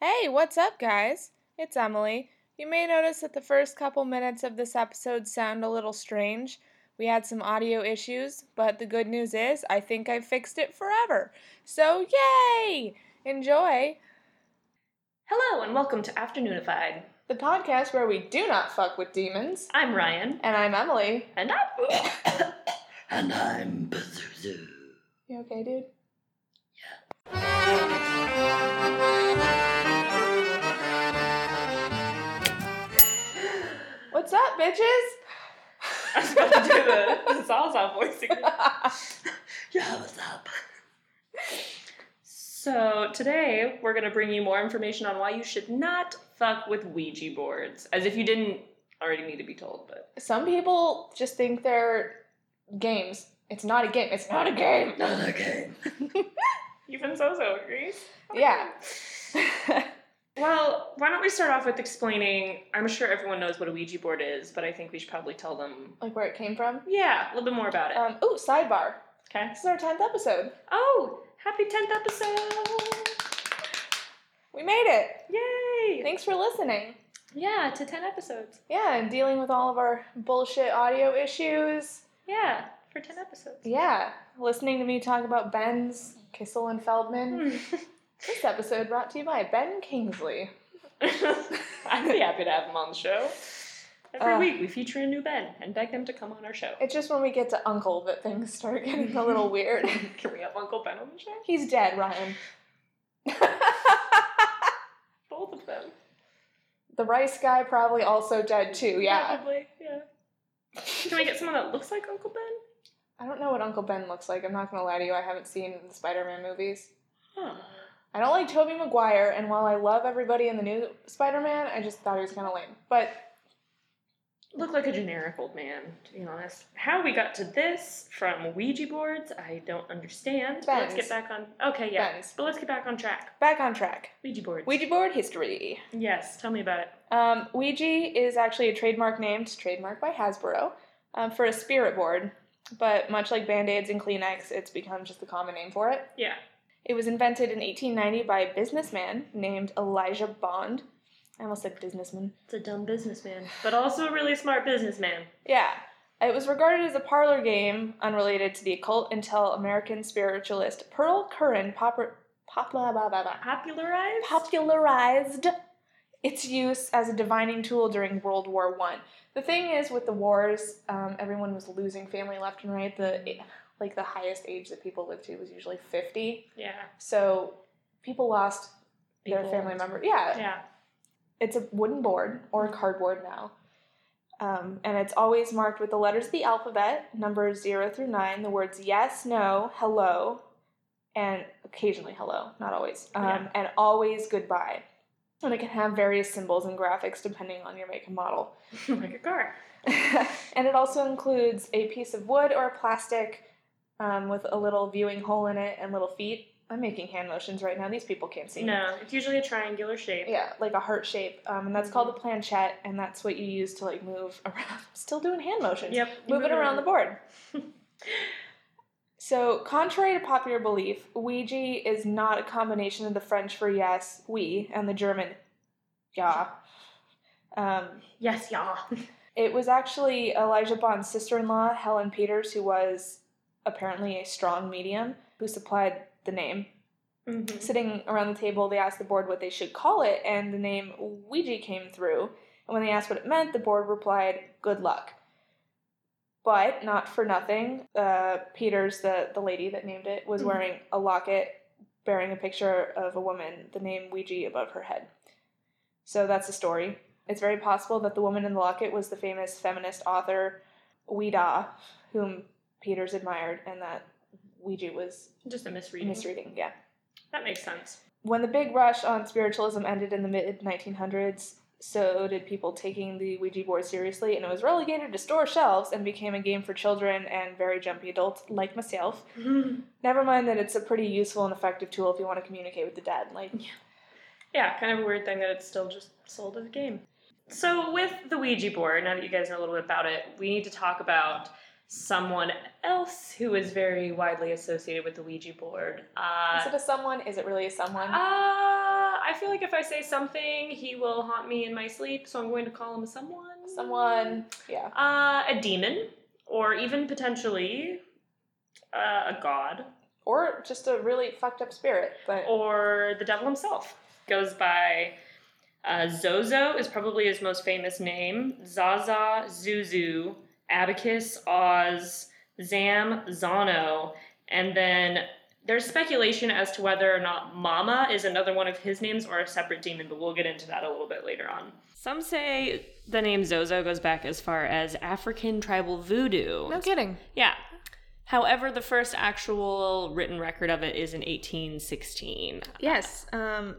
Hey, what's up, guys? It's Emily. You may notice that the first couple minutes of this episode sound a little strange. We had some audio issues, but the good news is I think I've fixed it forever. So, yay! Enjoy Hello and welcome to Afternoonified. the podcast where we do not fuck with demons. I'm Ryan, And I'm Emily. and I'm And I'm Pazuzu. You okay, dude? What's up, bitches? I was about to do the, the salsa voice again. Yeah, what's up? So today we're gonna bring you more information on why you should not fuck with Ouija boards, as if you didn't already need to be told. But Some people just think they're games. It's not a game. It's not a game. Not a game. even so-so agrees. Yeah. Well, why don't we start off with explaining? I'm sure everyone knows what a Ouija board is, but I think we should probably tell them. like where it came from. Yeah, a little bit more about it. Um, ooh, sidebar. Okay. This is our 10th episode. Oh, happy 10th episode! We made it. Yay! Thanks for listening. yeah, to 10 episodes. Yeah, and dealing with all of our bullshit audio issues. Yeah, for 10 episodes. Yeah, listening to me talk about Ben's, Kissel, and Hmm. Feldman. This episode brought to you by Ben Kingsley. I'd be happy to have them on the show. Every Uh. week we feature a new Ben and beg them to come on our show. It's just when we get to Uncle that things start getting a little weird. Can we have Uncle Ben on the show? He's dead, Ryan. Both of them. the rice guy probably also dead too, yeah. Probably, Oh, yeah. Can we get someone that looks like Uncle Ben? I don't know what Uncle Ben looks like. I'm not gonna lie to you. I haven't seen the Spider-Man movies. Huh. I don't like Tobey Maguire, and while I love everybody in the new Spider-Man, I just thought he was kind of lame. But Look like a generic old man, to be honest. How we got to this from Ouija boards, I don't understand. But Let's Bens. get back on. Okay, yeah. Bens. But let's get back on track. back on track. Ouija boards. Ouija board history. Yes, tell me about it. Um, Ouija is actually a trademark named trademark by Hasbro um, for a spirit board, but much like Band-Aids and Kleenex, it's become just the common name for it. Yeah. It was invented in 1890 by a businessman named Elijah Bond. I almost said businessman. It's a dumb businessman, but also a really smart businessman. Yeah. It was regarded as a parlor game unrelated to the occult until American spiritualist Pearl Curran popper- pop- blah, blah, blah, blah, Popularized? popularized its use as a divining tool during World War One. The thing is, with the wars, um, everyone was losing family left and right. The eh, like the highest age that people lived to was usually 50. yeah. So people lost their People. family member. Yeah, Yeah. it's a wooden board or cardboard now. Um, and it's always marked with the letters of the alphabet, numbers 0 through 9, the words yes, no, hello, and occasionally hello, not always, um, Oh, Yeah. and always goodbye. And it can have various symbols and graphics depending on your make and model. like a car. and it also includes a piece of wood or plastic um, with a little viewing hole in it and little feet. I'm making hand motions right now. These people can't see me. No, it's usually a triangular shape. Yeah, like a heart shape, um, and that's called the planchette, and that's what you use to like move around. I'm still doing hand motions. Yep. you Move it around the board. so, contrary to popular belief, Ouija is not a combination of the French for yes, we, and the German ja. Um, Yes, y'all. it was actually Elijah Bond's sister in law, Helen Peters, who was apparently a strong medium, who supplied the name Mhm. sitting around the table, they asked the board what they should call it, and the name Ouija came through. And when they asked what it meant, the board replied, Good luck. But not for nothing, uh, Peters, the, the lady that named it, was Mhm. wearing a locket bearing a picture of a woman, the name Ouija above her head. So that's the story. It's very possible that the woman in the locket was the famous feminist author Ouida, whom Peters admired, and that Ouija was Just a misreading. misreading. Yeah That makes sense. when the big rush on spiritualism ended in the mid 1900s, so did people taking the Ouija board seriously, and it was relegated to store shelves and became a game for children and very jumpy adults like myself. Never mind that it's a pretty useful and effective tool if you want to communicate with the dead. Like, yeah, kind of a weird thing that it's still just sold as a game. So, with the Ouija board, now that you guys know a little bit about it, we need to talk about someone else who is very widely associated with the Ouija board. Uh, is it a someone? Is it really a someone? Uh, I feel like if I say something, he will haunt me in my sleep, so I'm going to call him someone. Someone, yeah. Uh, a demon, or even potentially uh, a god, Or just a really fucked up spirit. But or the devil himself. Goes by uh, Zozo, is probably his most famous name. Zaza, Zuzu, Abacus, Oz, Zam, Zano, and then. There's speculation as to whether or not Mama is another one of his names or a separate demon, but we'll get into that a little bit later on. Some say the name Zozo goes back as far as African tribal voodoo. kidding. Yeah. However, the first actual written record of it is in 1816. Yes. Um,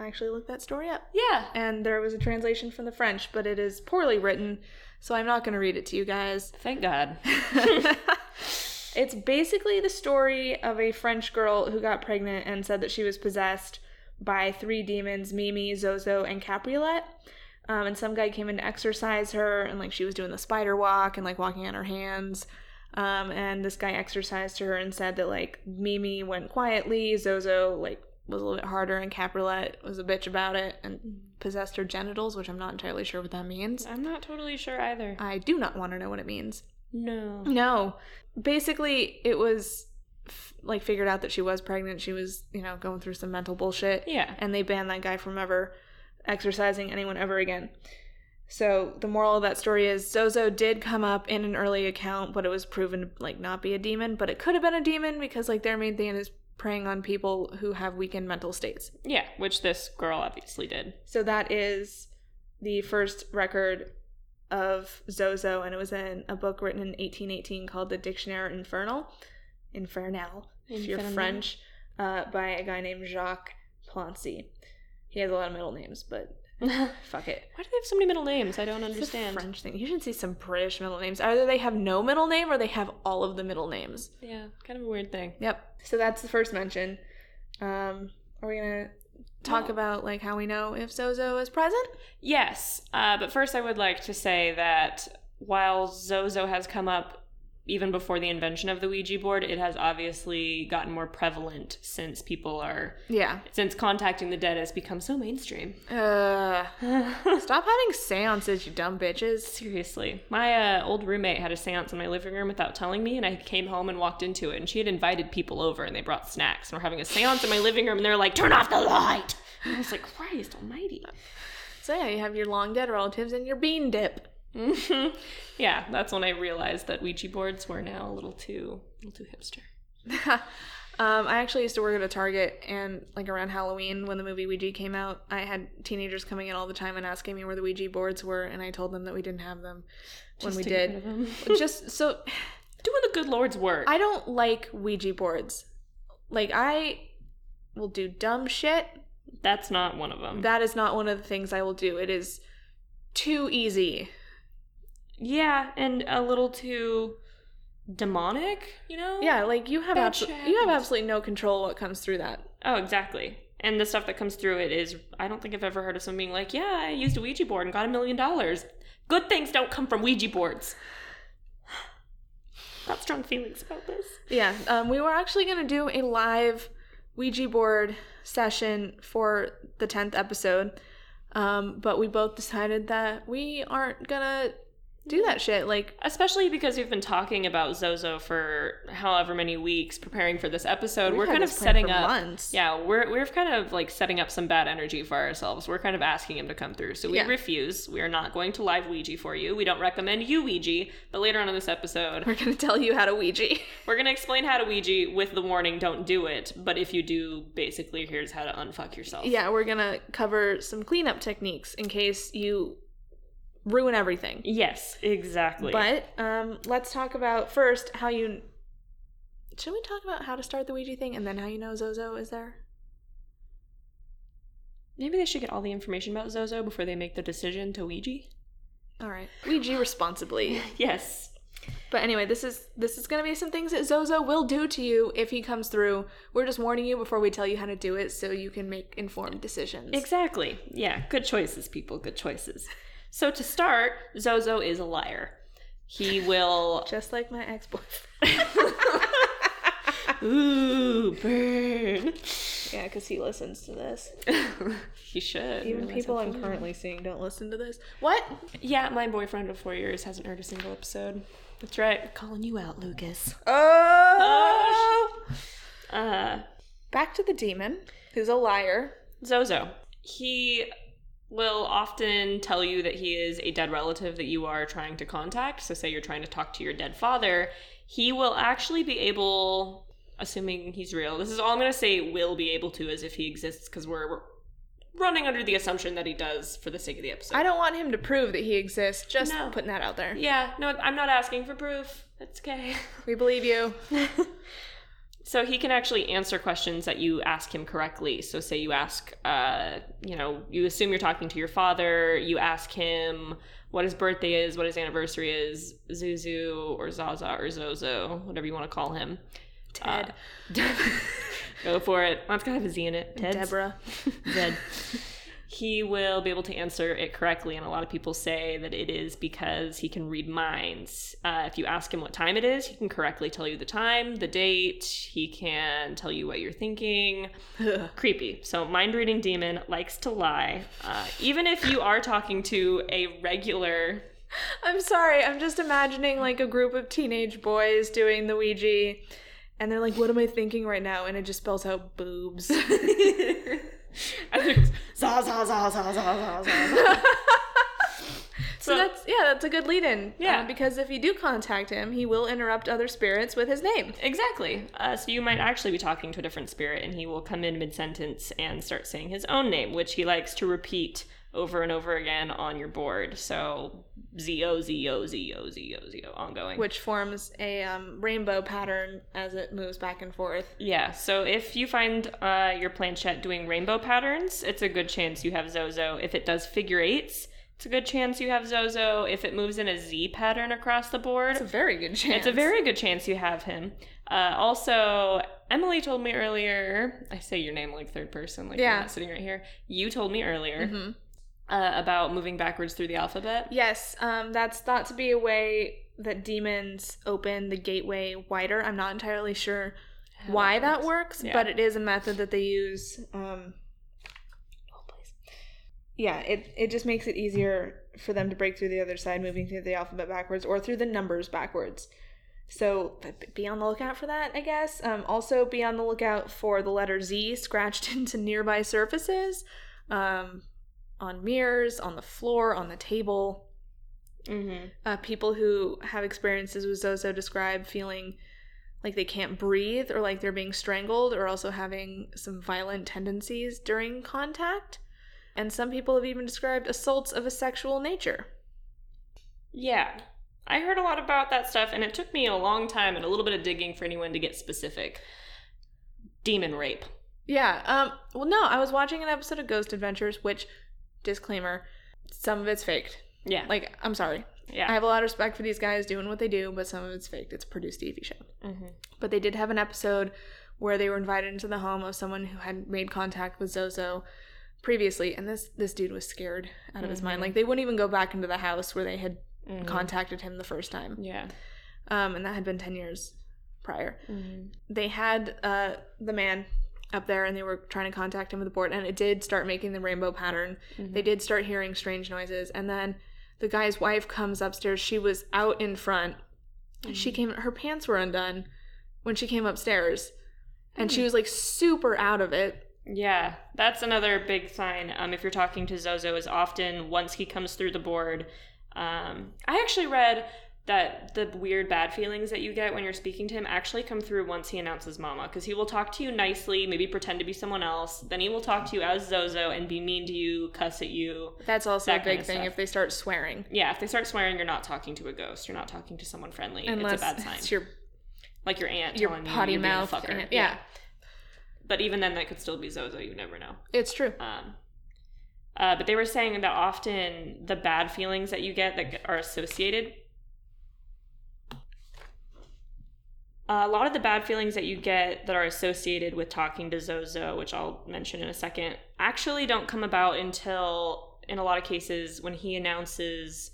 I actually looked that story up. Yeah. And there was a translation from the French, but it is poorly written, so I'm not going to read it to you guys. Thank God. it's basically the story of a French girl who got pregnant and said that she was possessed by three demons Mimi, Zozo, and Capriolette. Um, and some guy came in to exercise her, and like she was doing the spider walk and like walking on her hands. Um, and this guy exercised her and said that like Mimi went quietly, Zozo like was a little bit harder, and Capriolette was a bitch about it and possessed her genitals, which I'm not entirely sure what that means. I'm not totally sure either. I do not want to know what it means. No. No. Basically, it was f- like figured out that she was pregnant. She was, you know, going through some mental bullshit. Yeah. And they banned that guy from ever exercising anyone ever again. So the moral of that story is Zozo did come up in an early account, but it was proven to like not be a demon, but it could have been a demon because like their main thing is preying on people who have weakened mental states. Yeah, which this girl obviously did. So that is the first record of Zozo, and it was in a book written in 1818 called The Dictionnaire Infernal, Infernal, if you're Infernal. French, uh, by a guy named Jacques Plancy. He has a lot of middle names, but Why fuck it. do they have so many middle names? I don't It's a understand. French thing. You should see some British middle names. Either they have no middle name or they have all of the middle names. Yeah, kind of a weird thing. Yep. So that's the first mention. Um, are we gonna talk Well- about like how we know if Zozo is present? Yes, uh, but first I would like to say that while Zozo has come up even before the invention of the Ouija board, it has obviously gotten more prevalent since people are Yeah. since contacting the dead has become so mainstream. Uh, stop having seances, you dumb bitches. Seriously, my uh, old roommate had a séance in my living room without telling me, and I came home and walked into it, and she had invited people over, and they brought snacks, and we're having a séance in my living room, and they're like, "Turn off the light." And I was like, "Christ Almighty!" So yeah, you have your long dead relatives and your bean dip. Mhm. yeah, that's when I realized that Ouija boards were now a little too, a little too hipster. um, I actually used to work at a Target, and like around Halloween when the movie Ouija came out, I had teenagers coming in all the time and asking me where the Ouija boards were, and I told them that we didn't have them when Just we to get rid did. of 'em. Just so doing the good Lord's work. I don't like Ouija boards. Like I will do dumb shit. that's not one of them. That is not one of the things I will do. It is too easy. yeah, and a little too demonic, you know? Yeah, like you have Bad abso- shit you have happens. absolutely no control what comes through that. Oh, exactly. And the stuff that comes through it is, I don't think I've ever heard of someone being like, yeah, I used a Ouija board and got a million dollars. Good things don't come from Ouija boards. Got strong feelings about this. Yeah, um, we were actually going to do a live Ouija board session for the 10th episode, um, but we both decided that we aren't going to do that shit. Like, Especially because we've been talking about Zozo for however many weeks preparing for this episode. we've we're had kind of this planned setting for up. Months. Yeah, we're we're kind of like setting up some bad energy for ourselves. We're kind of asking him to come through. So we Yeah. refuse. We are not going to live Ouija for you. We don't recommend you Ouija, but later on in this episode, We're going to tell you how to Ouija. we're going to explain how to Ouija with the warning don't do it, but if you do, basically here's how to unfuck yourself. yeah, we're going to cover some cleanup techniques in case you ruin everything. Yes, exactly. But um, let's talk about first how you. Should we talk about how to start the Ouija thing and then how you know Zozo is there? maybe they should get all the information about Zozo before they make the decision to Ouija. All right, Ouija responsibly. Yes. But anyway, this is this is gonna be some things that Zozo will do to you if he comes through. We're just warning you before we tell you how to do it, so you can make informed decisions. Exactly. Yeah, good choices, people. Good choices. So to start, Zozo is a liar. He will just like my ex-boyfriend. Ooh, burn. Yeah, because he listens to this. he should. Even realize people how I'm funny. currently seeing don't listen to this. What? Yeah, my boyfriend of four years hasn't heard a single episode. That's right. Calling you out, Lucas. Oh! Uh, Back to the demon, who's a liar. Zozo. He will often tell you that he is a dead relative that you are trying to contact. So, say you're trying to talk to your dead father, he will actually be able, assuming he's real, this is all I'm going to say will be able to as if he exists because we're, we're running under the assumption that he does for the sake of the episode. I don't want him to prove that he exists, just No. putting that out there. yeah, no, I'm not asking for proof. That's okay. We believe you. So he can actually answer questions that you ask him correctly. So say you ask, uh, you know, you assume you're talking to your father. You ask him what his birthday is, what his anniversary is, Zuzu or Zaza or Zozo, whatever you want to call him. Ted. Uh, go for it. That's gonna have a Z in it. Ted's? Deborah. Zed. He will be able to answer it correctly, and a lot of people say that it is because he can read minds. Uh, if you ask him what time it is, he can correctly tell you the time, the date, he can tell you what you're thinking. Creepy. So, mind reading demon likes to lie. Uh, even if you are talking to a regular. I'm sorry, I'm just imagining like a group of teenage boys doing the Ouija, and they're like, what am I thinking right now? And it just spells out boobs. I think it's- Za za za za za za za. So that's yeah, that's a good lead-in. Yeah. uh, because if you do contact him, he will interrupt other spirits with his name. Exactly. Uh, so you might actually be talking to a different spirit, and he will come in mid sentence and start saying his own name, which he likes to repeat over and over again on your board. So Z O Z O Z O Z O Z O ongoing. which forms a um, rainbow pattern as it moves back and forth. yeah. So if you find uh, your planchette doing rainbow patterns, it's a good chance you have Zozo. If it does figure eights, it's a good chance you have Zozo. If it moves in a Z pattern across the board, It's a very good chance. It's a very good chance you have him. Uh, also, Emily told me earlier. I say your name like third person, like Yeah. you're not sitting right here. You told me earlier Mhm. uh, about moving backwards through the alphabet. Yes, um, that's thought to be a way that demons open the gateway wider. I'm not entirely sure How why that works. works, Yeah. but it is a method that they use. Um, oh, please. Yeah, it, it just makes it easier for them to break through the other side, moving through the alphabet backwards or through the numbers backwards. So but be on the lookout for that, I guess. Um, also, be on the lookout for the letter Z scratched into nearby surfaces, um, on mirrors, on the floor, on the table Mhm. uh, people who have experiences with Zozo describe feeling like they can't breathe or like they're being strangled or also having some violent tendencies during contact. And some people have even described assaults of a sexual nature. Yeah, I heard a lot about that stuff, and it took me a long time and a little bit of digging for anyone to get specific. Demon rape. Yeah. Um, well, no, I was watching an episode of Ghost Adventures, which, disclaimer, some of it's faked. Yeah, Like, I'm sorry. I yeah. have a lot of respect for these guys doing what they do, but some of it's faked. It's a produced TV show. Mhm. but they did have an episode where they were invited into the home of someone who had made contact with Zozo previously and this this dude was scared out of his mind Mhm. like they wouldn't even go back into the house where they had Mhm. contacted him the first time Mm-hmm. yeah. um and that had been 10 years prior they had uh the man up there and they were trying to contact him with the board and it did start making the rainbow pattern Mm-hmm. they did start hearing strange noises and then the guy's wife comes upstairs she was out in front Mm-hmm. she came her pants were undone when she came upstairs and Hmm. she was like super out of it Yeah, that's another big sign. Um, if you're talking to Zozo, is often once he comes through the board. Um, I actually read that the weird bad feelings that you get when you're speaking to him actually come through once he announces Mama, because he will talk to you nicely, maybe pretend to be someone else. Then he will talk to you as Zozo and be mean to you, cuss at you. that's also That a kinda big thing stuff. if they start swearing Yeah, if they start swearing, you're not talking to a ghost. You're not talking to someone friendly. unless it's a bad sign. it's your like your aunt your telling you potty you're being a mouth fucker. aunt. Yeah. But even then, that could still be Zozo. You never know. it's true Um, uh, but they were saying that often the bad feelings that you get that are associated. a lot of the bad feelings that you get that are associated with talking to Zozo, which I'll mention in a second, actually don't come about until, in a lot of cases, when he announces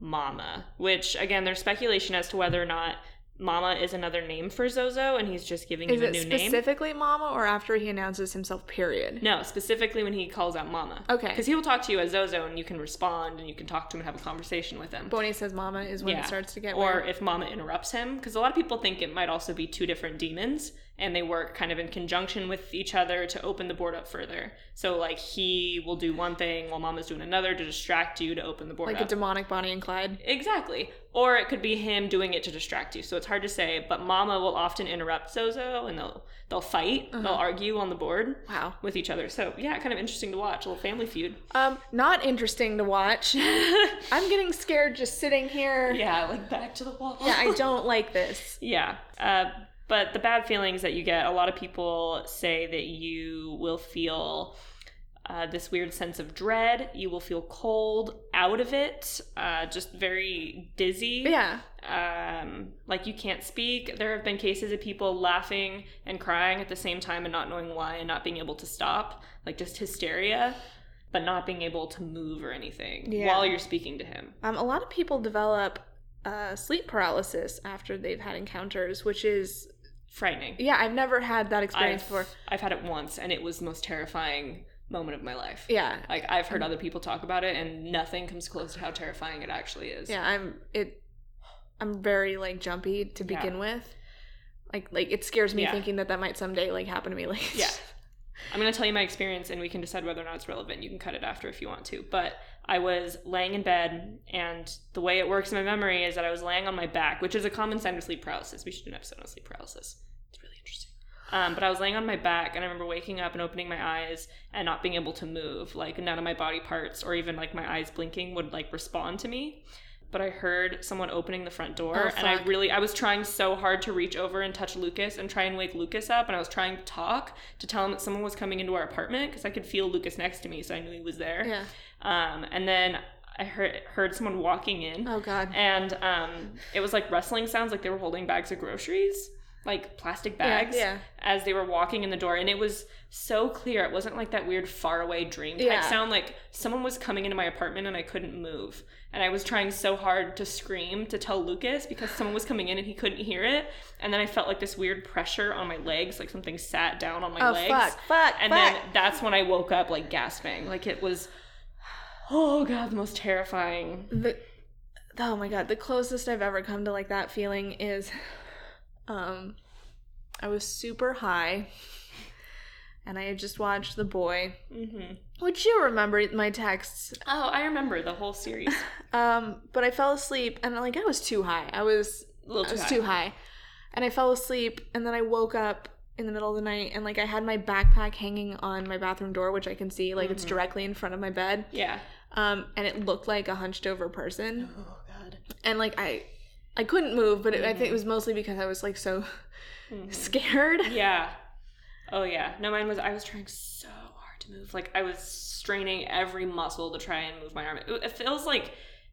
Mama, which again, there's speculation as to whether or not Mama is another name for Zozo, and he's just giving Is him a it new name. specifically Mama or after he announces himself? Period. No, specifically when he calls out Mama. Okay. Because he will talk to you as Zozo, and you can respond, and you can talk to him and have a conversation with him. But when he says Mama is when Yeah. it starts to get or weird. if Mama interrupts him, because a lot of people think it might also be two different demons, and they work kind of in conjunction with each other to open the board up further. So like he will do one thing while Mama's doing another to distract you to open the board like up. a demonic Bonnie and Clyde. Exactly. Or it could be him doing it to distract you. So it's hard to say, but Mama will often interrupt Zozo and they'll they'll fight, Uh-huh. they'll argue on the board Wow. with each other. So yeah, kind of interesting to watch, a little family feud. Um, not interesting to watch. I'm getting scared just sitting here. yeah, like back to the wall. Yeah, I don't like this. Yeah. Uh, but the bad feelings that you get, a lot of people say that you will feel uh, this weird sense of dread. You will feel cold, out of it, uh, just very dizzy. Yeah. Um, like you can't speak. There have been cases of people laughing and crying at the same time and not knowing why and not being able to stop, like just hysteria, but not being able to move or anything Yeah. while you're speaking to him. Um, a lot of people develop uh, sleep paralysis after they've had encounters, which is Frightening. yeah, I've never had that experience I've, before. I've had it once, and it was the most terrifying moment of my life. Yeah, Like I've heard other people talk about it, and nothing comes close to how terrifying it actually is. yeah, I'm it. I'm very like jumpy to Yeah. begin with. Like like it scares me Yeah. thinking that that might someday like happen to me. Like Yeah. I'm gonna tell you my experience, and we can decide whether or not it's relevant. You can cut it after if you want to. But I was laying in bed, and the way it works in my memory is that I was laying on my back, which is a common sign of sleep paralysis. We should do an episode on sleep paralysis. It's really interesting. Um, but I was laying on my back, and I remember waking up and opening my eyes and not being able to move. Like none of my body parts, or even like my eyes blinking, would like respond to me. But I heard someone opening the front door, Oh, and I fuck. really, I was trying so hard to reach over and touch Lucas and try and wake Lucas up, and I was trying to talk to tell him that someone was coming into our apartment because I could feel Lucas next to me, so I knew he was there. yeah. Um, and then I heard heard someone walking in, Oh god. and um, it was like rustling sounds, like they were holding bags of groceries, like plastic Yeah, bags, Yeah. as they were walking in the door. And it was so clear; it wasn't like that weird faraway dream type Yeah. sound. Like someone was coming into my apartment, and I couldn't move. And I was trying so hard to scream to tell Lucas because someone was coming in and he couldn't hear it. And then I felt like this weird pressure on my legs, like something sat down on my Oh legs fuck. Fuck. and fuck. then that's when I woke up like gasping. Like it was, oh god, the most terrifying. the oh my god the closest i've ever come to like that feeling is um i was super high and i had just watched the boy hmm which you remember my texts Oh, I remember the whole series. um but i fell asleep and like i was too high i was A little i too was high. too high and i fell asleep and then i woke up in the middle of the night and like i had my backpack hanging on my bathroom door which i can see like it's Mhm. directly in front of my bed Yeah. um and it looked like a hunched over person Oh god. and like I I couldn't move, but it, I think it was mostly because I was like so Hmm. scared. Yeah. Oh yeah. No, mine was. I was trying so hard to move. Like I was straining every muscle to try and move my arm. It, it feels like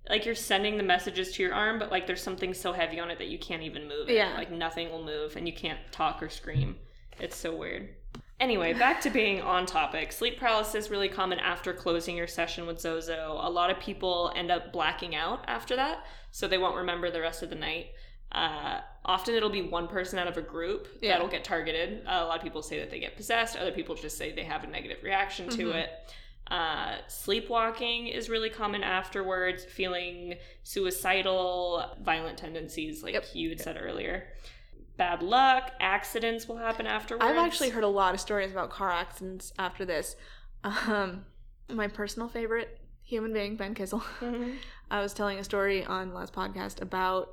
like you're sending the messages to your arm, but like there's something so heavy on it that you can't even move it. Yeah. Like nothing will move, and you can't talk or scream. It's so weird. Anyway, back to being on topic. Sleep paralysis really common after closing your session with Zozo. A lot of people end up blacking out after that, so they won't remember the rest of the night. Uh, often it'll be one person out of a group Yeah. that'll get targeted. Uh, a lot of people say that they get possessed. Other people just say they have a negative reaction to Mhm. it. Uh, sleepwalking is really common afterwards. Feeling suicidal, violent tendencies, like Yep. you had said earlier. Bad luck, accidents will happen afterwards. I've actually heard a lot of stories about car accidents after this. Um, my personal favorite human being, Ben Kissel. Mhm. I was telling a story on last podcast about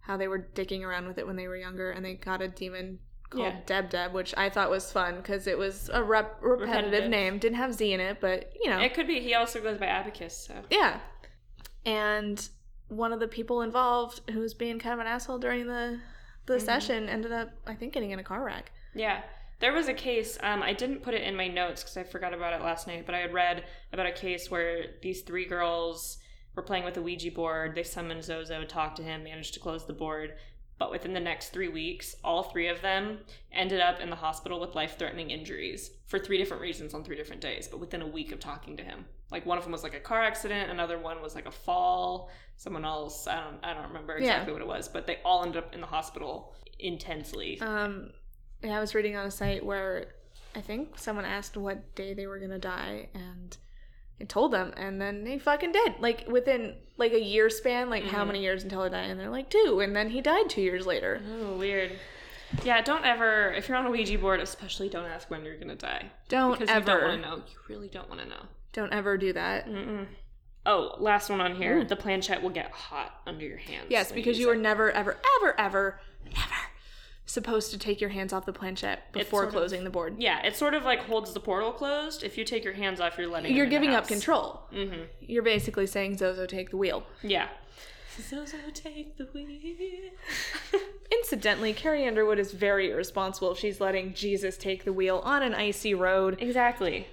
how they were dicking around with it when they were younger, and they got a demon called Yeah. Deb Deb, which I thought was fun because it was a rep- repetitive, Repetitive. name, didn't have Z in it, but you know, It could be. He also goes by Abacus, so. Yeah. And one of the people involved who was being kind of an asshole during the the Mhm. session ended up, I think, getting in a car wreck. Yeah. There was a case, um, I didn't put it in my notes because I forgot about it last night, but I had read about a case where these three girls were playing with a Ouija board. They summoned Zozo, talked to him, managed to close the board. But within the next three weeks, all three of them ended up in the hospital with life threatening injuries for three different reasons on three different days, but within a week of talking to him. Like one of them was like a car accident, another one was like a fall, someone else, I don't I don't remember Yeah. exactly what it was, but they all ended up in the hospital intensely. Um, yeah, I was reading on a site where I think someone asked what day they were gonna die, and I told them, and then he fucking did. Like within like a year span, like how Mhm. many years until I die? And they're like two, and then he died two years later. Oh, weird. Yeah, don't ever if you're on a Ouija board, especially don't ask when you're gonna die. Don't because you don't ever, want to don't, know. You really don't want to know. ever do that. Mm-mm. Oh, last one on here. Ooh. The planchette will get hot under your hands. Yes, when because you use are never, ever, ever, ever, never supposed to take your hands off the planchette before sort of- closing the it. board. Yeah, it sort of like holds the portal closed. If you take your hands off, you're letting. You're giving up control. hmm You're basically saying Zozo take the wheel. Yeah. Zozo, take the wheel. Incidentally, Carrie Underwood is very irresponsible if she's letting Jesus take the wheel on an icy road. exactly.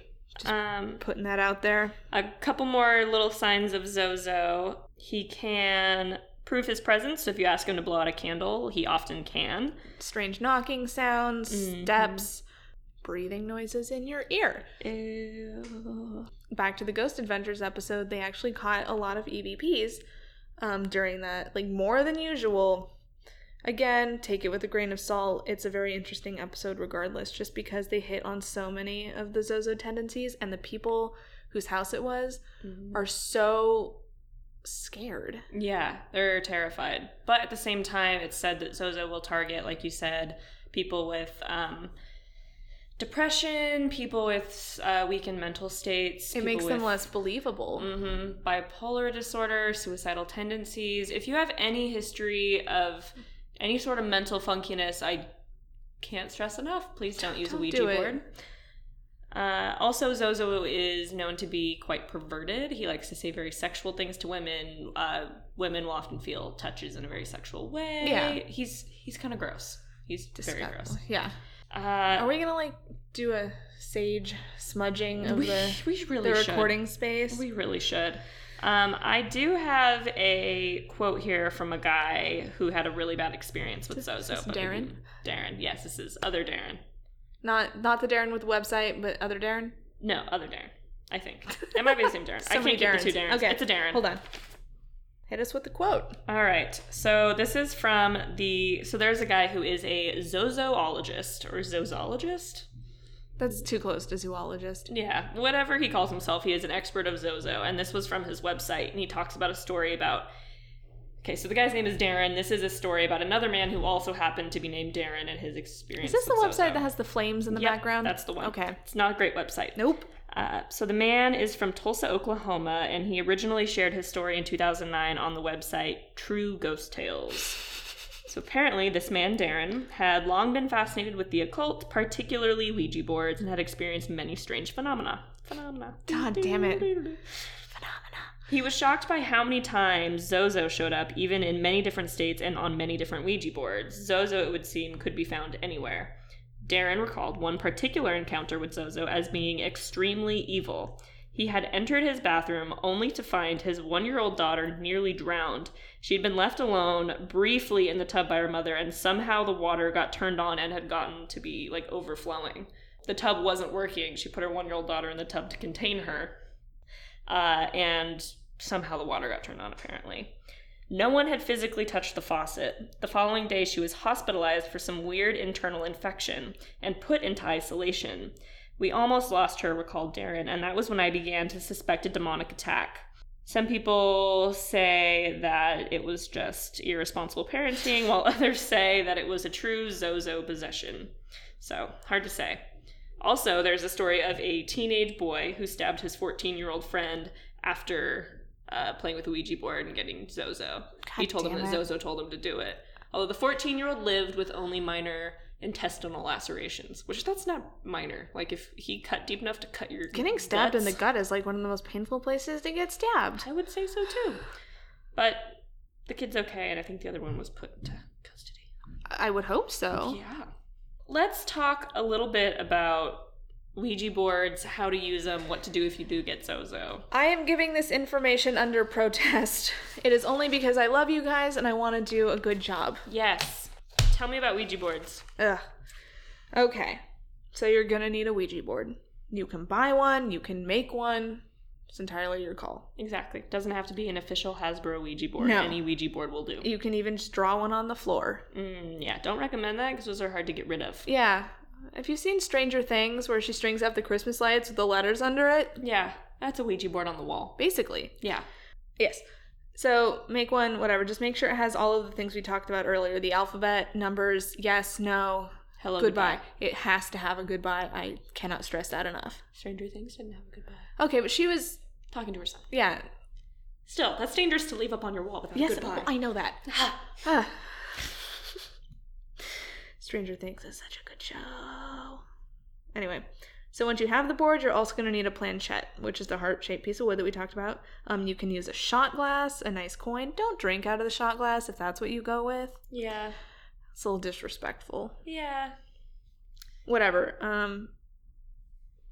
Um, Putting that out there. a couple more little signs of Zozo. He can prove his presence. So if you ask him to blow out a candle, he often can. Strange knocking sounds, Mhm. steps, breathing noises in your ear. Ew. Back to the Ghost Adventures episode, they actually caught a lot of EVPs um, during that, like more than usual. Again, take it with a grain of salt. It's a very interesting episode, regardless, just because they hit on so many of the Zozo tendencies and the people whose house it was are so scared. Yeah, they're terrified. But at the same time, it's said that Zozo will target, like you said, people with um, depression, people with uh, weakened mental states. It makes them less believable. hmm bipolar disorder, suicidal tendencies. If you have any history of any sort of mental funkiness, I can't stress enough. Please don't use Don't a Ouija do it. board. Uh, also, Zozo is known to be quite perverted. He likes to say very sexual things to women. Uh, women will often feel touches in a very sexual way. Yeah. he's he's kind of gross. He's very gross. Yeah. Are Uh, we gonna like do a sage smudging of we, the, we really Oh, the should. recording space? We really should. Um, I do have a quote here from a guy who had a really bad experience with This- Zozo. this but maybe- Darren? Darren, yes, this is other Darren. Not not the Darren with the website, but other Darren. No, other Darren. I think it might be the same Darren. So I many can't get the two Darrens. Darrens. Okay. it's a Darren. Hold on. Hit us with the quote. All right. So this is from the. So there's a guy who is a zozoologist or zoologist. That's too close to zoologist. Yeah, whatever he calls himself, he is an expert of Zozo, and this was from his website, and he talks about a story about. Okay, so the guy's name is Darren. This is a story about another man who also happened to be named Darren and his Is experience. this the with website Zozo. that has the flames in the Yep, background? That's the one. Okay. It's not a great website. Nope. Uh, so the man is from Tulsa, Oklahoma, and he originally shared his story in 2009 on the website True Ghost Tales. So apparently, this man Darren had long been fascinated with the occult, particularly Ouija boards, and had experienced many strange phenomena. Phenomena. God damn it. Phenomena. He was shocked by how many times Zozo showed up, even in many different states and on many different Ouija boards. Zozo, it would seem, could be found anywhere. Darren recalled one particular encounter with Zozo as being extremely evil. He had entered his bathroom only to find his one year old daughter nearly drowned. She had been left alone briefly in the tub by her mother, and somehow the water got turned on and had gotten to be like overflowing. The tub wasn't working. She put her one year old daughter in the tub to contain her, uh, and somehow the water got turned on, apparently. No one had physically touched the faucet. The following day, she was hospitalized for some weird internal infection and put into isolation. We almost lost her, recalled Darren, and that was when I began to suspect a demonic attack. Some people say that it was just irresponsible parenting, while others say that it was a true Zozo possession. So, hard to say. Also, there's a story of a teenage boy who stabbed his 14 year old friend after uh, playing with a Ouija board and getting Zozo. he God told him damn that it. Zozo told him to do it. Although the 14 year old lived with only minor intestinal lacerations, which that's not minor. Like, if he cut deep enough to cut your. Getting stabbed in the guts, gut is like one of the most painful places to get stabbed. I would say so too. But the kid's okay, and I think the other one was put into custody. Oh. I would hope so. Yeah. Let's talk a little bit about Ouija boards, how to use them, what to do if you do get Zozo. I am giving this information under protest. It is only because I love you guys and I want to do a good job. Yes. Tell me about Ouija boards. Ugh. Okay. So you're gonna need a Ouija board. You can buy one, you can make one. It's entirely your call. Exactly. Doesn't have to be an official Hasbro Ouija board. No. Any Ouija board will do. You can even just draw one on the floor. Mm, yeah, don't recommend that because those are hard to get rid of. Yeah. Have you seen Stranger Things where she strings up the Christmas lights with the letters under it? Yeah, that's a Ouija board on the wall. Basically. Yeah. Yes. So make one, whatever. Just make sure it has all of the things we talked about earlier the alphabet, numbers, yes, no, Hello. goodbye. It has to have a goodbye. I cannot stress that enough. Stranger Things didn't have a goodbye. Okay, but she was, Talking to herself. yeah. Still, that's dangerous to leave up on your wall without Yes, oh, a goodbye. I know that. Ah. Stranger Things is such a good show. Anyway, so once you have the board, you're also going to need a planchette, which is the heart shaped piece of wood that we talked about. Um, you can use a shot glass, a nice coin. Don't drink out of the shot glass if that's what you go with. yeah. It's a little disrespectful. Yeah. Whatever. Um,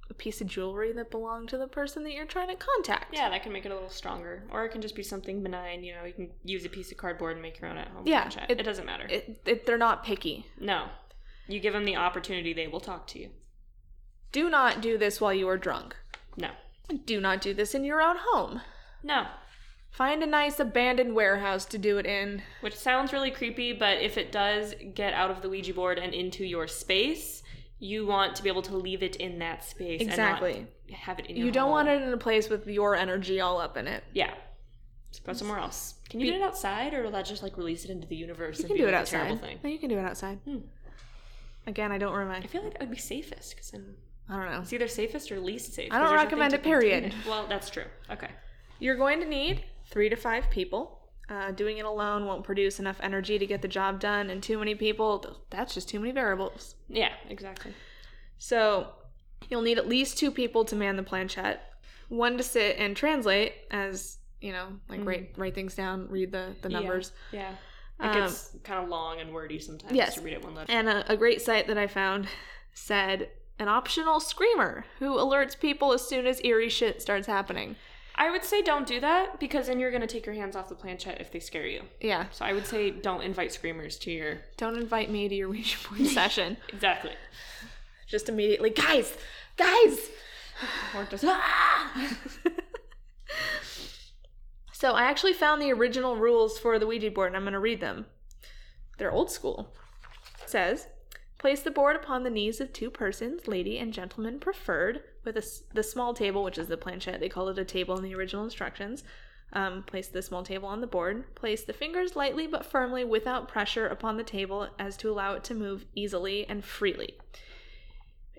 a piece of jewelry that belonged to the person that you're trying to contact. Yeah, that can make it a little stronger. Or it can just be something benign. You know, you can use a piece of cardboard and make your own at home. Yeah, planchette. it- It, doesn't matter. It, it, they're not picky. no. You give them the opportunity, they will talk to you. Do not do this while you are drunk. No. Do not do this in your own home. No. Find a nice abandoned warehouse to do it in. Which sounds really creepy, but if it does get out of the Ouija board and into your space, you want to be able to leave it in that space. Exactly. And not have it in your You don't home. want it in a place with your energy all up in it. Yeah. Just go somewhere else. Can you Be- do it outside, or will that just like release it into the universe? You and can be, do it like, A outside. terrible thing. No, you can do it outside. Hmm. Again, I don't I remind. feel like that would be safest because then I don't know. it's either safest or least safe. I 'cause don't there's nothing recommend to it, period. contain it. Well, that's true. Okay. You're going to need three to five people. Uh, doing it alone won't produce enough energy to get the job done, and too many people, that's just too many variables. Yeah. Exactly. So you'll need at least two people to man the planchette, one to sit and translate, as you know, like Mhm. write write things down, read the the Yeah. numbers. Yeah. It Um, gets kind of long and wordy sometimes yes. to read it one letter. and a, a great site that I found said an optional screamer who alerts people as soon as eerie shit starts happening. I would say don't do that because then you're gonna take your hands off the planchette if they scare you. Yeah, So I would say don't invite screamers to your don't invite me to your Ouija board session. exactly. Just immediately, guys, guys. Ah! Or just So I actually found the original rules for the Ouija board, and I'm going to read them. They're old school. It says, place the board upon the knees of two persons, lady and gentleman preferred, with a s the small table, which is the planchette. They called it a table in the original instructions. Um, place the small table on the board. Place the fingers lightly but firmly, without pressure, upon the table, as to allow it to move easily and freely.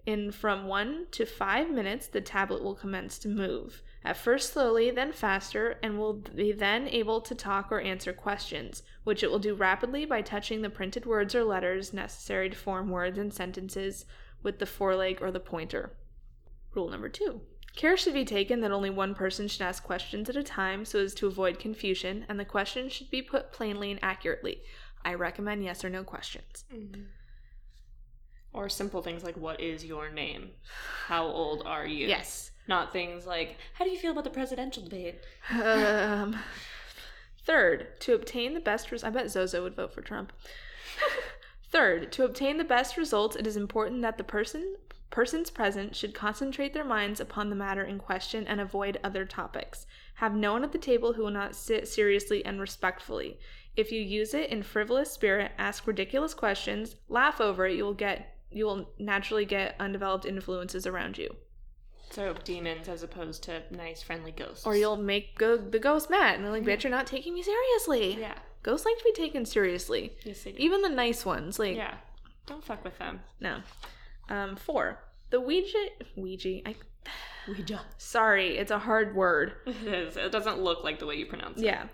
In from one to five minutes, the tablet will commence to move, at first slowly, then faster, and will be then able to talk or answer questions, which it will do rapidly by touching the printed words or letters necessary to form words and sentences with the foreleg or the pointer. Rule number two. Care should be taken that only one person should ask questions at a time so as to avoid confusion, and the questions should be put plainly and accurately. I recommend yes or no questions. or simple things like what is your name? How old are you? Yes. Not things like how do you feel about the presidential debate? Um, third, to obtain the best results, I bet Zozo would vote for Trump. third, to obtain the best results, it is important that the person persons present should concentrate their minds upon the matter in question and avoid other topics. Have no one at the table who will not sit seriously and respectfully. If you use it in frivolous spirit, ask ridiculous questions, laugh over it, you will get you will naturally get undeveloped influences around you. So demons as opposed to nice friendly ghosts. Or you'll make go- the ghost mad and they're like, bitch, you're not taking me seriously. Yeah. Ghosts like to be taken seriously. Yes they do. Even the nice ones, like Yeah. Don't fuck with them. no. Um, four. The Ouija Ouija. I Ouija. sorry, it's a hard word. It is. It doesn't look like the way you pronounce it. Yeah.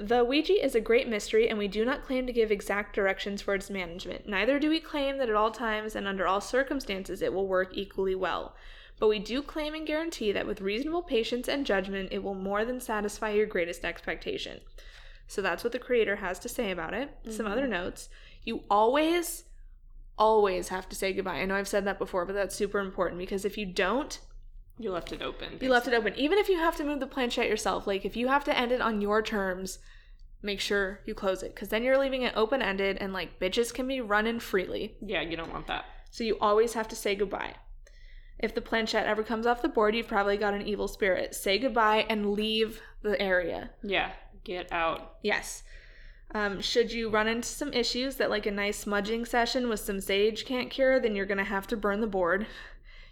The Ouija is a great mystery, and we do not claim to give exact directions for its management. Neither do we claim that at all times and under all circumstances it will work equally well. But we do claim and guarantee that with reasonable patience and judgment, it will more than satisfy your greatest expectation. So that's what the creator has to say about it. Some other notes. You always, always have to say goodbye. I know I've said that before, but that's super important because if you don't, You left it open. you left it open. Even if you have to move the planchette yourself, like if you have to end it on your terms, make sure you close it because then you're leaving it open ended and like bitches can be running freely. Yeah, you don't want that. So you always have to say goodbye. If the planchette ever comes off the board, you've probably got an evil spirit. Say goodbye and leave the area. Yeah, get out. Yes. Um, should you run into some issues that, like, a nice smudging session with some sage can't cure, then you're going to have to burn the board.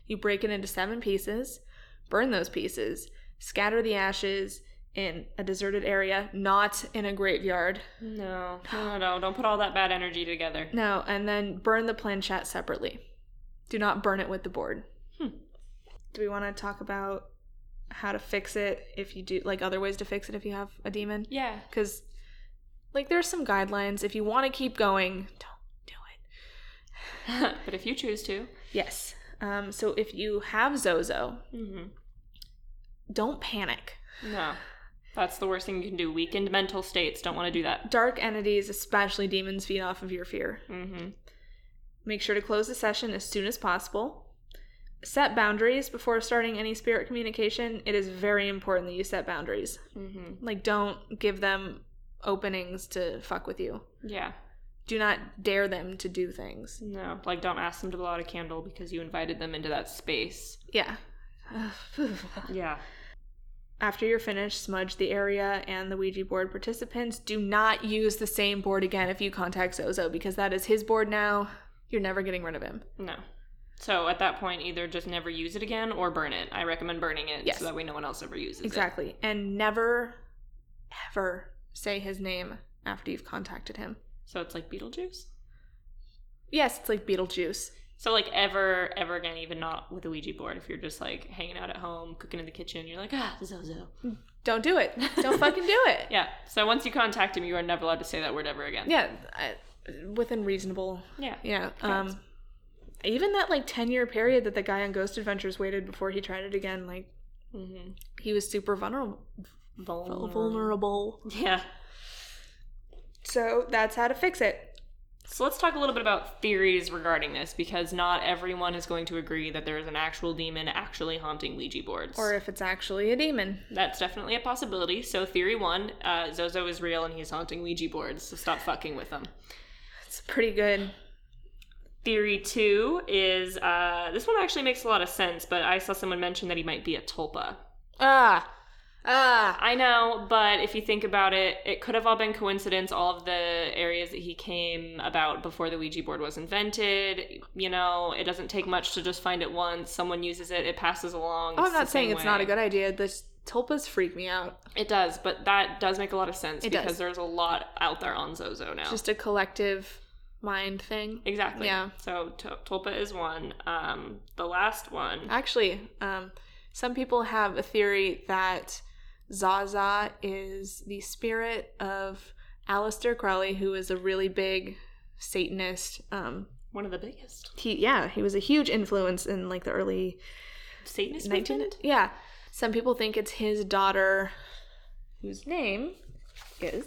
You break it into seven pieces, burn those pieces, scatter the ashes in a deserted area, not in a graveyard. No, no, no, no. Don't put all that bad energy together. No, and then burn the planchette separately. Do not burn it with the board. Hmm. Do we want to talk about how to fix it if you do, like, other ways to fix it if you have a demon? Yeah. because like there's some guidelines if you want to keep going don't do it but if you choose to, yes um, so if you have zozo mm-hmm. don't panic no. That's the worst thing you can do. Weakened mental states. Don't want to do that. dark entities especially demons feed off of your fear Mm-hmm. make sure to close the session as soon as possible set boundaries before starting any spirit communication it is very important that you set boundaries Mm-hmm. like don't give them openings to fuck with you Yeah. do not dare them to do things No. Like, don't ask them to blow out a candle because you invited them into that space. yeah Yeah. After you're finished, smudge the area and the Ouija board participants. Do not use the same board again if you contact Zozo because that is his board now. You're never getting rid of him. No. So at that point, either just never use it again or burn it. I recommend burning it Yes. so that way no one else ever uses Exactly. And never, ever say his name after you've contacted him. it. So it's like Beetlejuice. Yes, it's like Beetlejuice. So like ever, ever again, even not with a Ouija board. If you're just like hanging out at home, cooking in the kitchen, you're like ah Zozo. Don't do it. Don't fucking do it. Yeah. So once you contact him, you are never allowed to say that word ever again. Yeah. I, within reasonable. Yeah. Yeah. Um, Facts. even that like 10 year period that the guy on Ghost Adventures waited before he tried it again, like Mm-hmm. he was super vulnerable. Vulnerable. Vulnerable. Yeah. So that's how to fix it. So let's talk a little bit about theories regarding this because not everyone is going to agree that there is an actual demon actually haunting Ouija boards. Or if it's actually a demon. That's definitely a possibility. So, theory one uh, Zozo is real and he's haunting Ouija boards, so stop fucking with them. It's pretty good. Theory two is uh, this one actually makes a lot of sense, but I saw someone mention that he might be a tulpa. Ah. Ah. I know, but if you think about it, it could have all been coincidence. All of the areas that he came about before the Ouija board was invented, you know, it doesn't take much to just find it once. Someone uses it, it passes along. Oh, I'm It's not the saying same it's not way. a good idea. The s- tulpas freak me out. It does, but that does make a lot of sense It does. because there's a lot out there on Zozo now. Just a collective mind thing. Exactly. Yeah. So t- Tulpa is one. Um, the last one. Actually, um, some people have a theory that Zaza is the spirit of Aleister Crowley, who is a really big Satanist. Um, One of the biggest. he yeah, he was a huge influence in like the early Satanist 19 movement? yeah some people think it's his daughter whose name is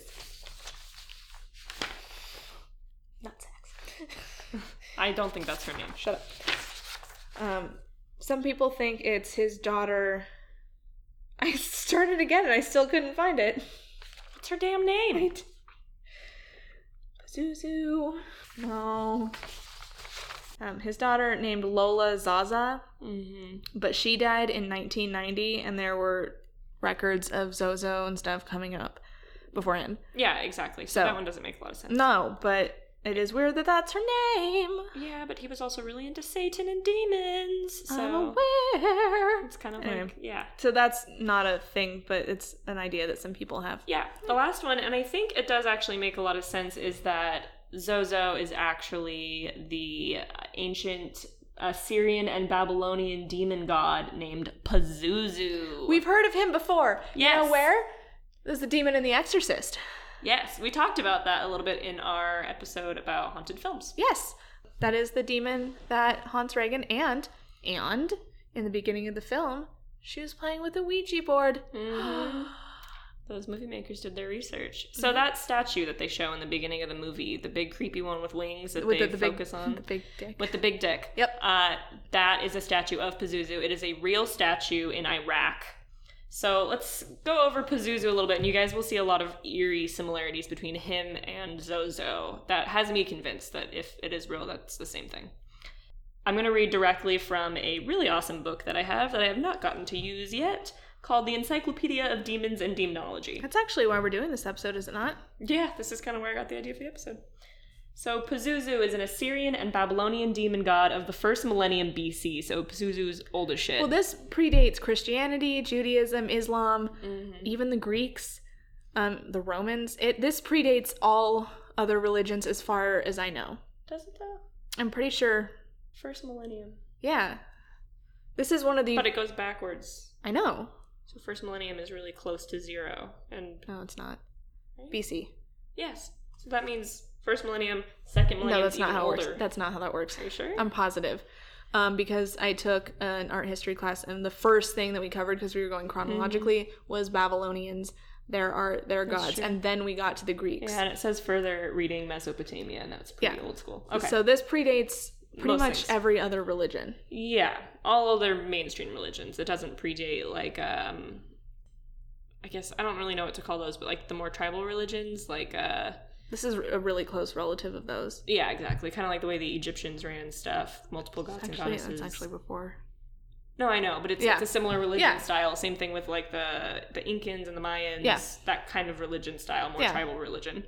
not sex I don't think that's her name. shut up um some people think it's his daughter i started again and i still couldn't find it What's her damn name? Zuzu. no um, his daughter named lola zaza Mm-hmm. but she died in 1990 and there were records of zozo and stuff coming up beforehand Yeah, exactly. So, So- that one doesn't make a lot of sense. no but it is weird that that's her name Yeah, but he was also really into Satan and demons. i'm So aware it's kind of Oh, Anyway. like, yeah. so that's not a thing but it's an idea that some people have Yeah, the last one, and I think it does actually make a lot of sense, is that Zozo is actually the uh, ancient Assyrian and Babylonian demon god named Pazuzu. we've heard of him before Yes. you know where there's the demon in the exorcist Yes, we talked about that a little bit in our episode about haunted films. yes that is the demon that haunts reagan and and Mm-hmm. in the beginning of the film she was playing with a ouija board Those movie makers did their research. So that statue that they show in the beginning of the movie, the big creepy one with wings that With they the- the big- focus on, The big dick. with the big dick. Yep. Uh, that is a statue of Pazuzu. It is a real statue in Iraq. So let's go over Pazuzu a little bit, and you guys will see a lot of eerie similarities between him and Zozo. That has me convinced that if it is real, that's the same thing. I'm going to read directly from a really awesome book that I have that I have not gotten to use yet called The Encyclopedia of Demons and Demonology. That's actually why we're doing this episode, is it not? Yeah, this is kind of where I got the idea for the episode. So Pazuzu is an Assyrian and Babylonian demon god of the first millennium BC. So Pazuzu's old as shit. Well, this predates Christianity, Judaism, Islam, even the Greeks, um, the Romans. It this predates all other religions as far as I know. does it though? I'm pretty sure. First millennium, Yeah, this is one of the. but it goes backwards. I know. So first millennium is really close to zero, and No, it's not. BC. yes, so that means first millennium, second millennium. No, that's not how it older. works. That's not how that works. Are you sure? I'm positive. Um, because I took an art history class, and the first thing that we covered, because we were going chronologically, was Babylonians, their art, their gods, Mm-hmm. true. and then we got to the Greeks. yeah, and it says further reading Mesopotamia, and that's pretty Yeah. old school. Okay, So this predates pretty Most much things. every other religion. Yeah, all other mainstream religions. It doesn't predate like um I guess I don't really know what to call those, but like the more tribal religions, like uh This is a really close relative of those. yeah, exactly. Kind of like the way the Egyptians ran stuff, multiple gods and Actually, goddesses. that's actually before. no, I know, but it's, Yeah. it's a similar religion Yeah. style. Same thing with like the the Incans and the Mayans. Yeah. that kind of religion style, more Yeah. tribal religion.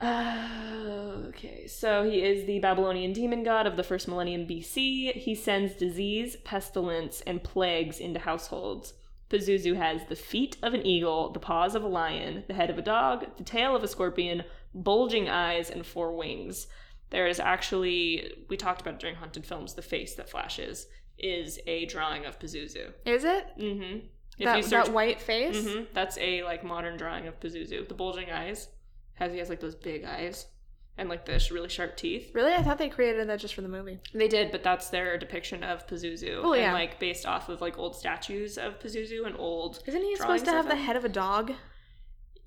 Uh, okay, so he is the Babylonian demon god of the first millennium BC. He sends disease, pestilence, and plagues into households. Pazuzu has the feet of an eagle, the paws of a lion, the head of a dog, the tail of a scorpion, bulging eyes, and four wings. There is actually, we talked about it during Haunted Films, the face that flashes is a drawing of Pazuzu. Is it Mm-hmm. If that, you search, that white face? Mhm, that's a like modern drawing of Pazuzu. The bulging eyes has he has like those big eyes and like the sh- really sharp teeth. Really, I thought they created that just for the movie. They did, but that's their depiction of Pazuzu. Oh, yeah. and, like based off of like old statues of Pazuzu and old Isn't he Drawings supposed to have of the him? head of a dog?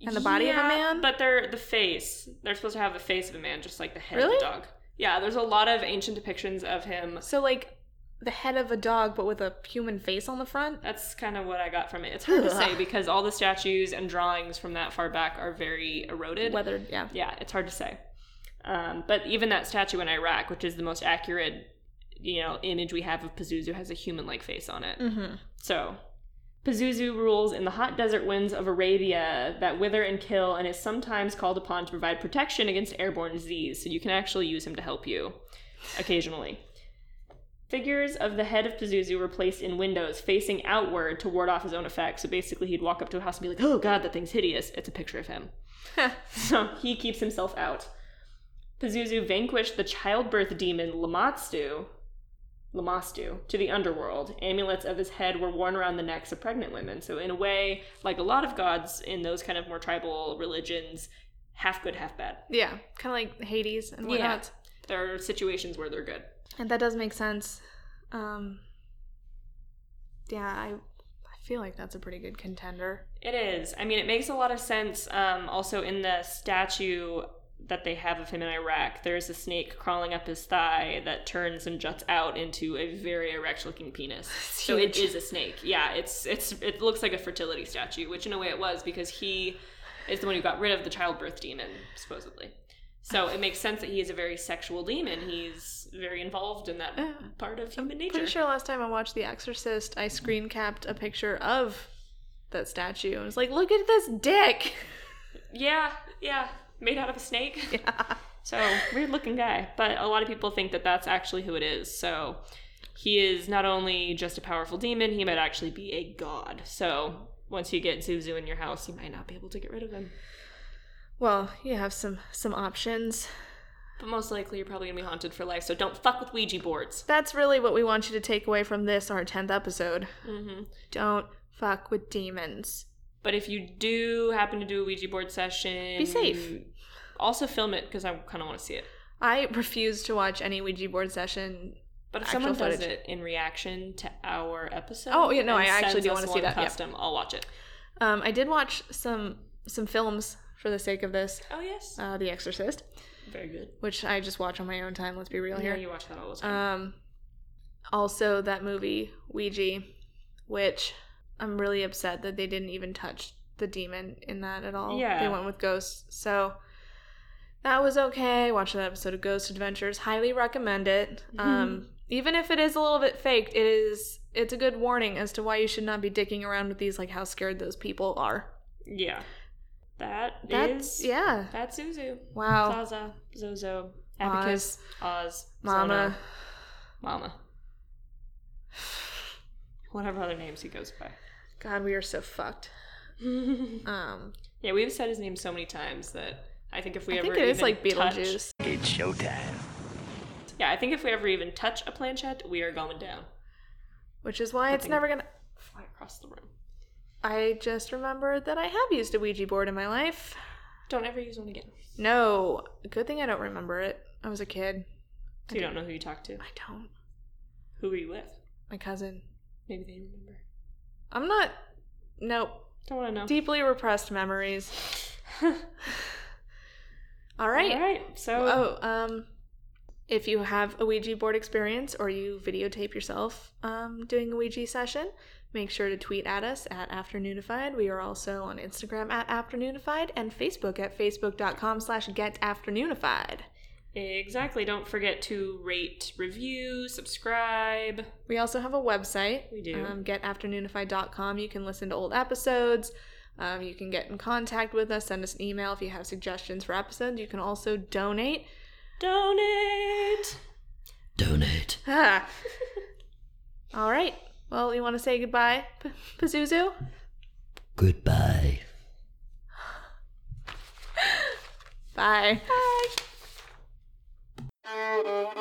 And the body of a man? But they're the face. They're supposed to have the face of a man, just like the head Really? of a dog. Yeah, there's a lot of ancient depictions of him. So like the head of a dog, but with a human face on the front. That's kind of what I got from it. It's hard to say because all the statues and drawings from that far back are very eroded. Weathered, yeah. yeah, it's hard to say. Um, but even that statue in Iraq, which is the most accurate, you know, image we have of Pazuzu, has a human-like face on it. Mm-hmm. So, Pazuzu rules in the hot desert winds of Arabia that wither and kill, and is sometimes called upon to provide protection against airborne disease. So you can actually use him to help you, occasionally. Figures of the head of Pazuzu were placed in windows facing outward to ward off his own effects. So basically, he'd walk up to a house and be like, "Oh God, that thing's hideous." It's a picture of him. so he keeps himself out. Pazuzu vanquished the childbirth demon Lamatsu, Lamastu, to the underworld. Amulets of his head were worn around the necks of pregnant women. So in a way, like a lot of gods in those kind of more tribal religions, half good, half bad. Yeah, kind of like Hades and whatnot. There are situations where they're good. And that does make sense. Um, yeah, I, I feel like that's a pretty good contender. It is. I mean, it makes a lot of sense. Um, also, in the statue that they have of him in Iraq, there's a snake crawling up his thigh that turns and juts out into a very erect-looking penis. So it huge. is a snake. Yeah, it's it's it looks like a fertility statue, which in a way it was because he is the one who got rid of the childbirth demon, supposedly. So it makes sense that he is a very sexual demon. He's very involved in that Yeah. part of human nature. Pretty sure last time I watched The Exorcist, I screen capped a picture of that statue and was like, "Look at this dick." Yeah, yeah, made out of a snake. So weird looking guy, but a lot of people think that that's actually who it is. So he is not only just a powerful demon, he might actually be a god. So once you get Zuzu in your house, you might not be able to get rid of him. Well, you have some some options. But most likely you're probably gonna be haunted for life, so don't fuck with Ouija boards. That's really what we want you to take away from this our tenth episode. hmm Don't fuck with demons. But if you do happen to do a Ouija board session, Be safe. Also film it because I kind of want to see it. I refuse to watch any Ouija board session But if Actual someone does footage. it in reaction to our episode, Oh, yeah, no, I and actually sends do us wanna see one that, yeah. Custom, I'll watch it. Um, I did watch some some films for the sake of this. Oh yes, Uh, The Exorcist, very good. which I just watch on my own time. Let's be real Yeah, here. you watch that all the time. Um, also, that movie Ouija, which I'm really upset that they didn't even touch the demon in that at all. Yeah. they went with ghosts. So that was okay. Watch that episode of Ghost Adventures. Highly recommend it. Mm-hmm. Um, even if it is a little bit faked, it is. It's a good warning as to why you should not be dicking around with these, like how scared those people are. yeah, that That's is- yeah. That's Zuzu, Wow. Zaza, Oz, Zozo, Abacus, Oz, Mama. Zono, Mama. Whatever other names he goes by. God, we are so fucked. Um, yeah, we've said his name so many times that I think if we I ever think it is even like touch- Beetlejuice. It's showtime. yeah, I think if we ever even touch a planchette, we are going down. Which is why it's think- never gonna. Fly across the room. I just remembered that I have used a Ouija board in my life. Don't ever use one again. No, good thing I don't remember it. I was a kid. So you don't know who you talked to. I don't. Who were you with? My cousin. Maybe they remember. I'm not. Nope. Don't want to know. Deeply repressed memories. All right. All right. So Oh, um, if you have a Ouija board experience or you videotape yourself um, doing a Ouija session, make sure to tweet at us at Afternoonified. We are also on Instagram at Afternoonified and Facebook at facebook.com slash getafternoonified. exactly. Don't forget to rate, review, subscribe. We also have a website. We do. Um, getafternoonified.com. You can listen to old episodes. Um, you can get in contact with us, send us an email if you have suggestions for episodes. You can also donate. Donate. Donate. Ah. All right. Well, you want to say goodbye, P- Pazuzu? Goodbye. Bye. Bye. Thank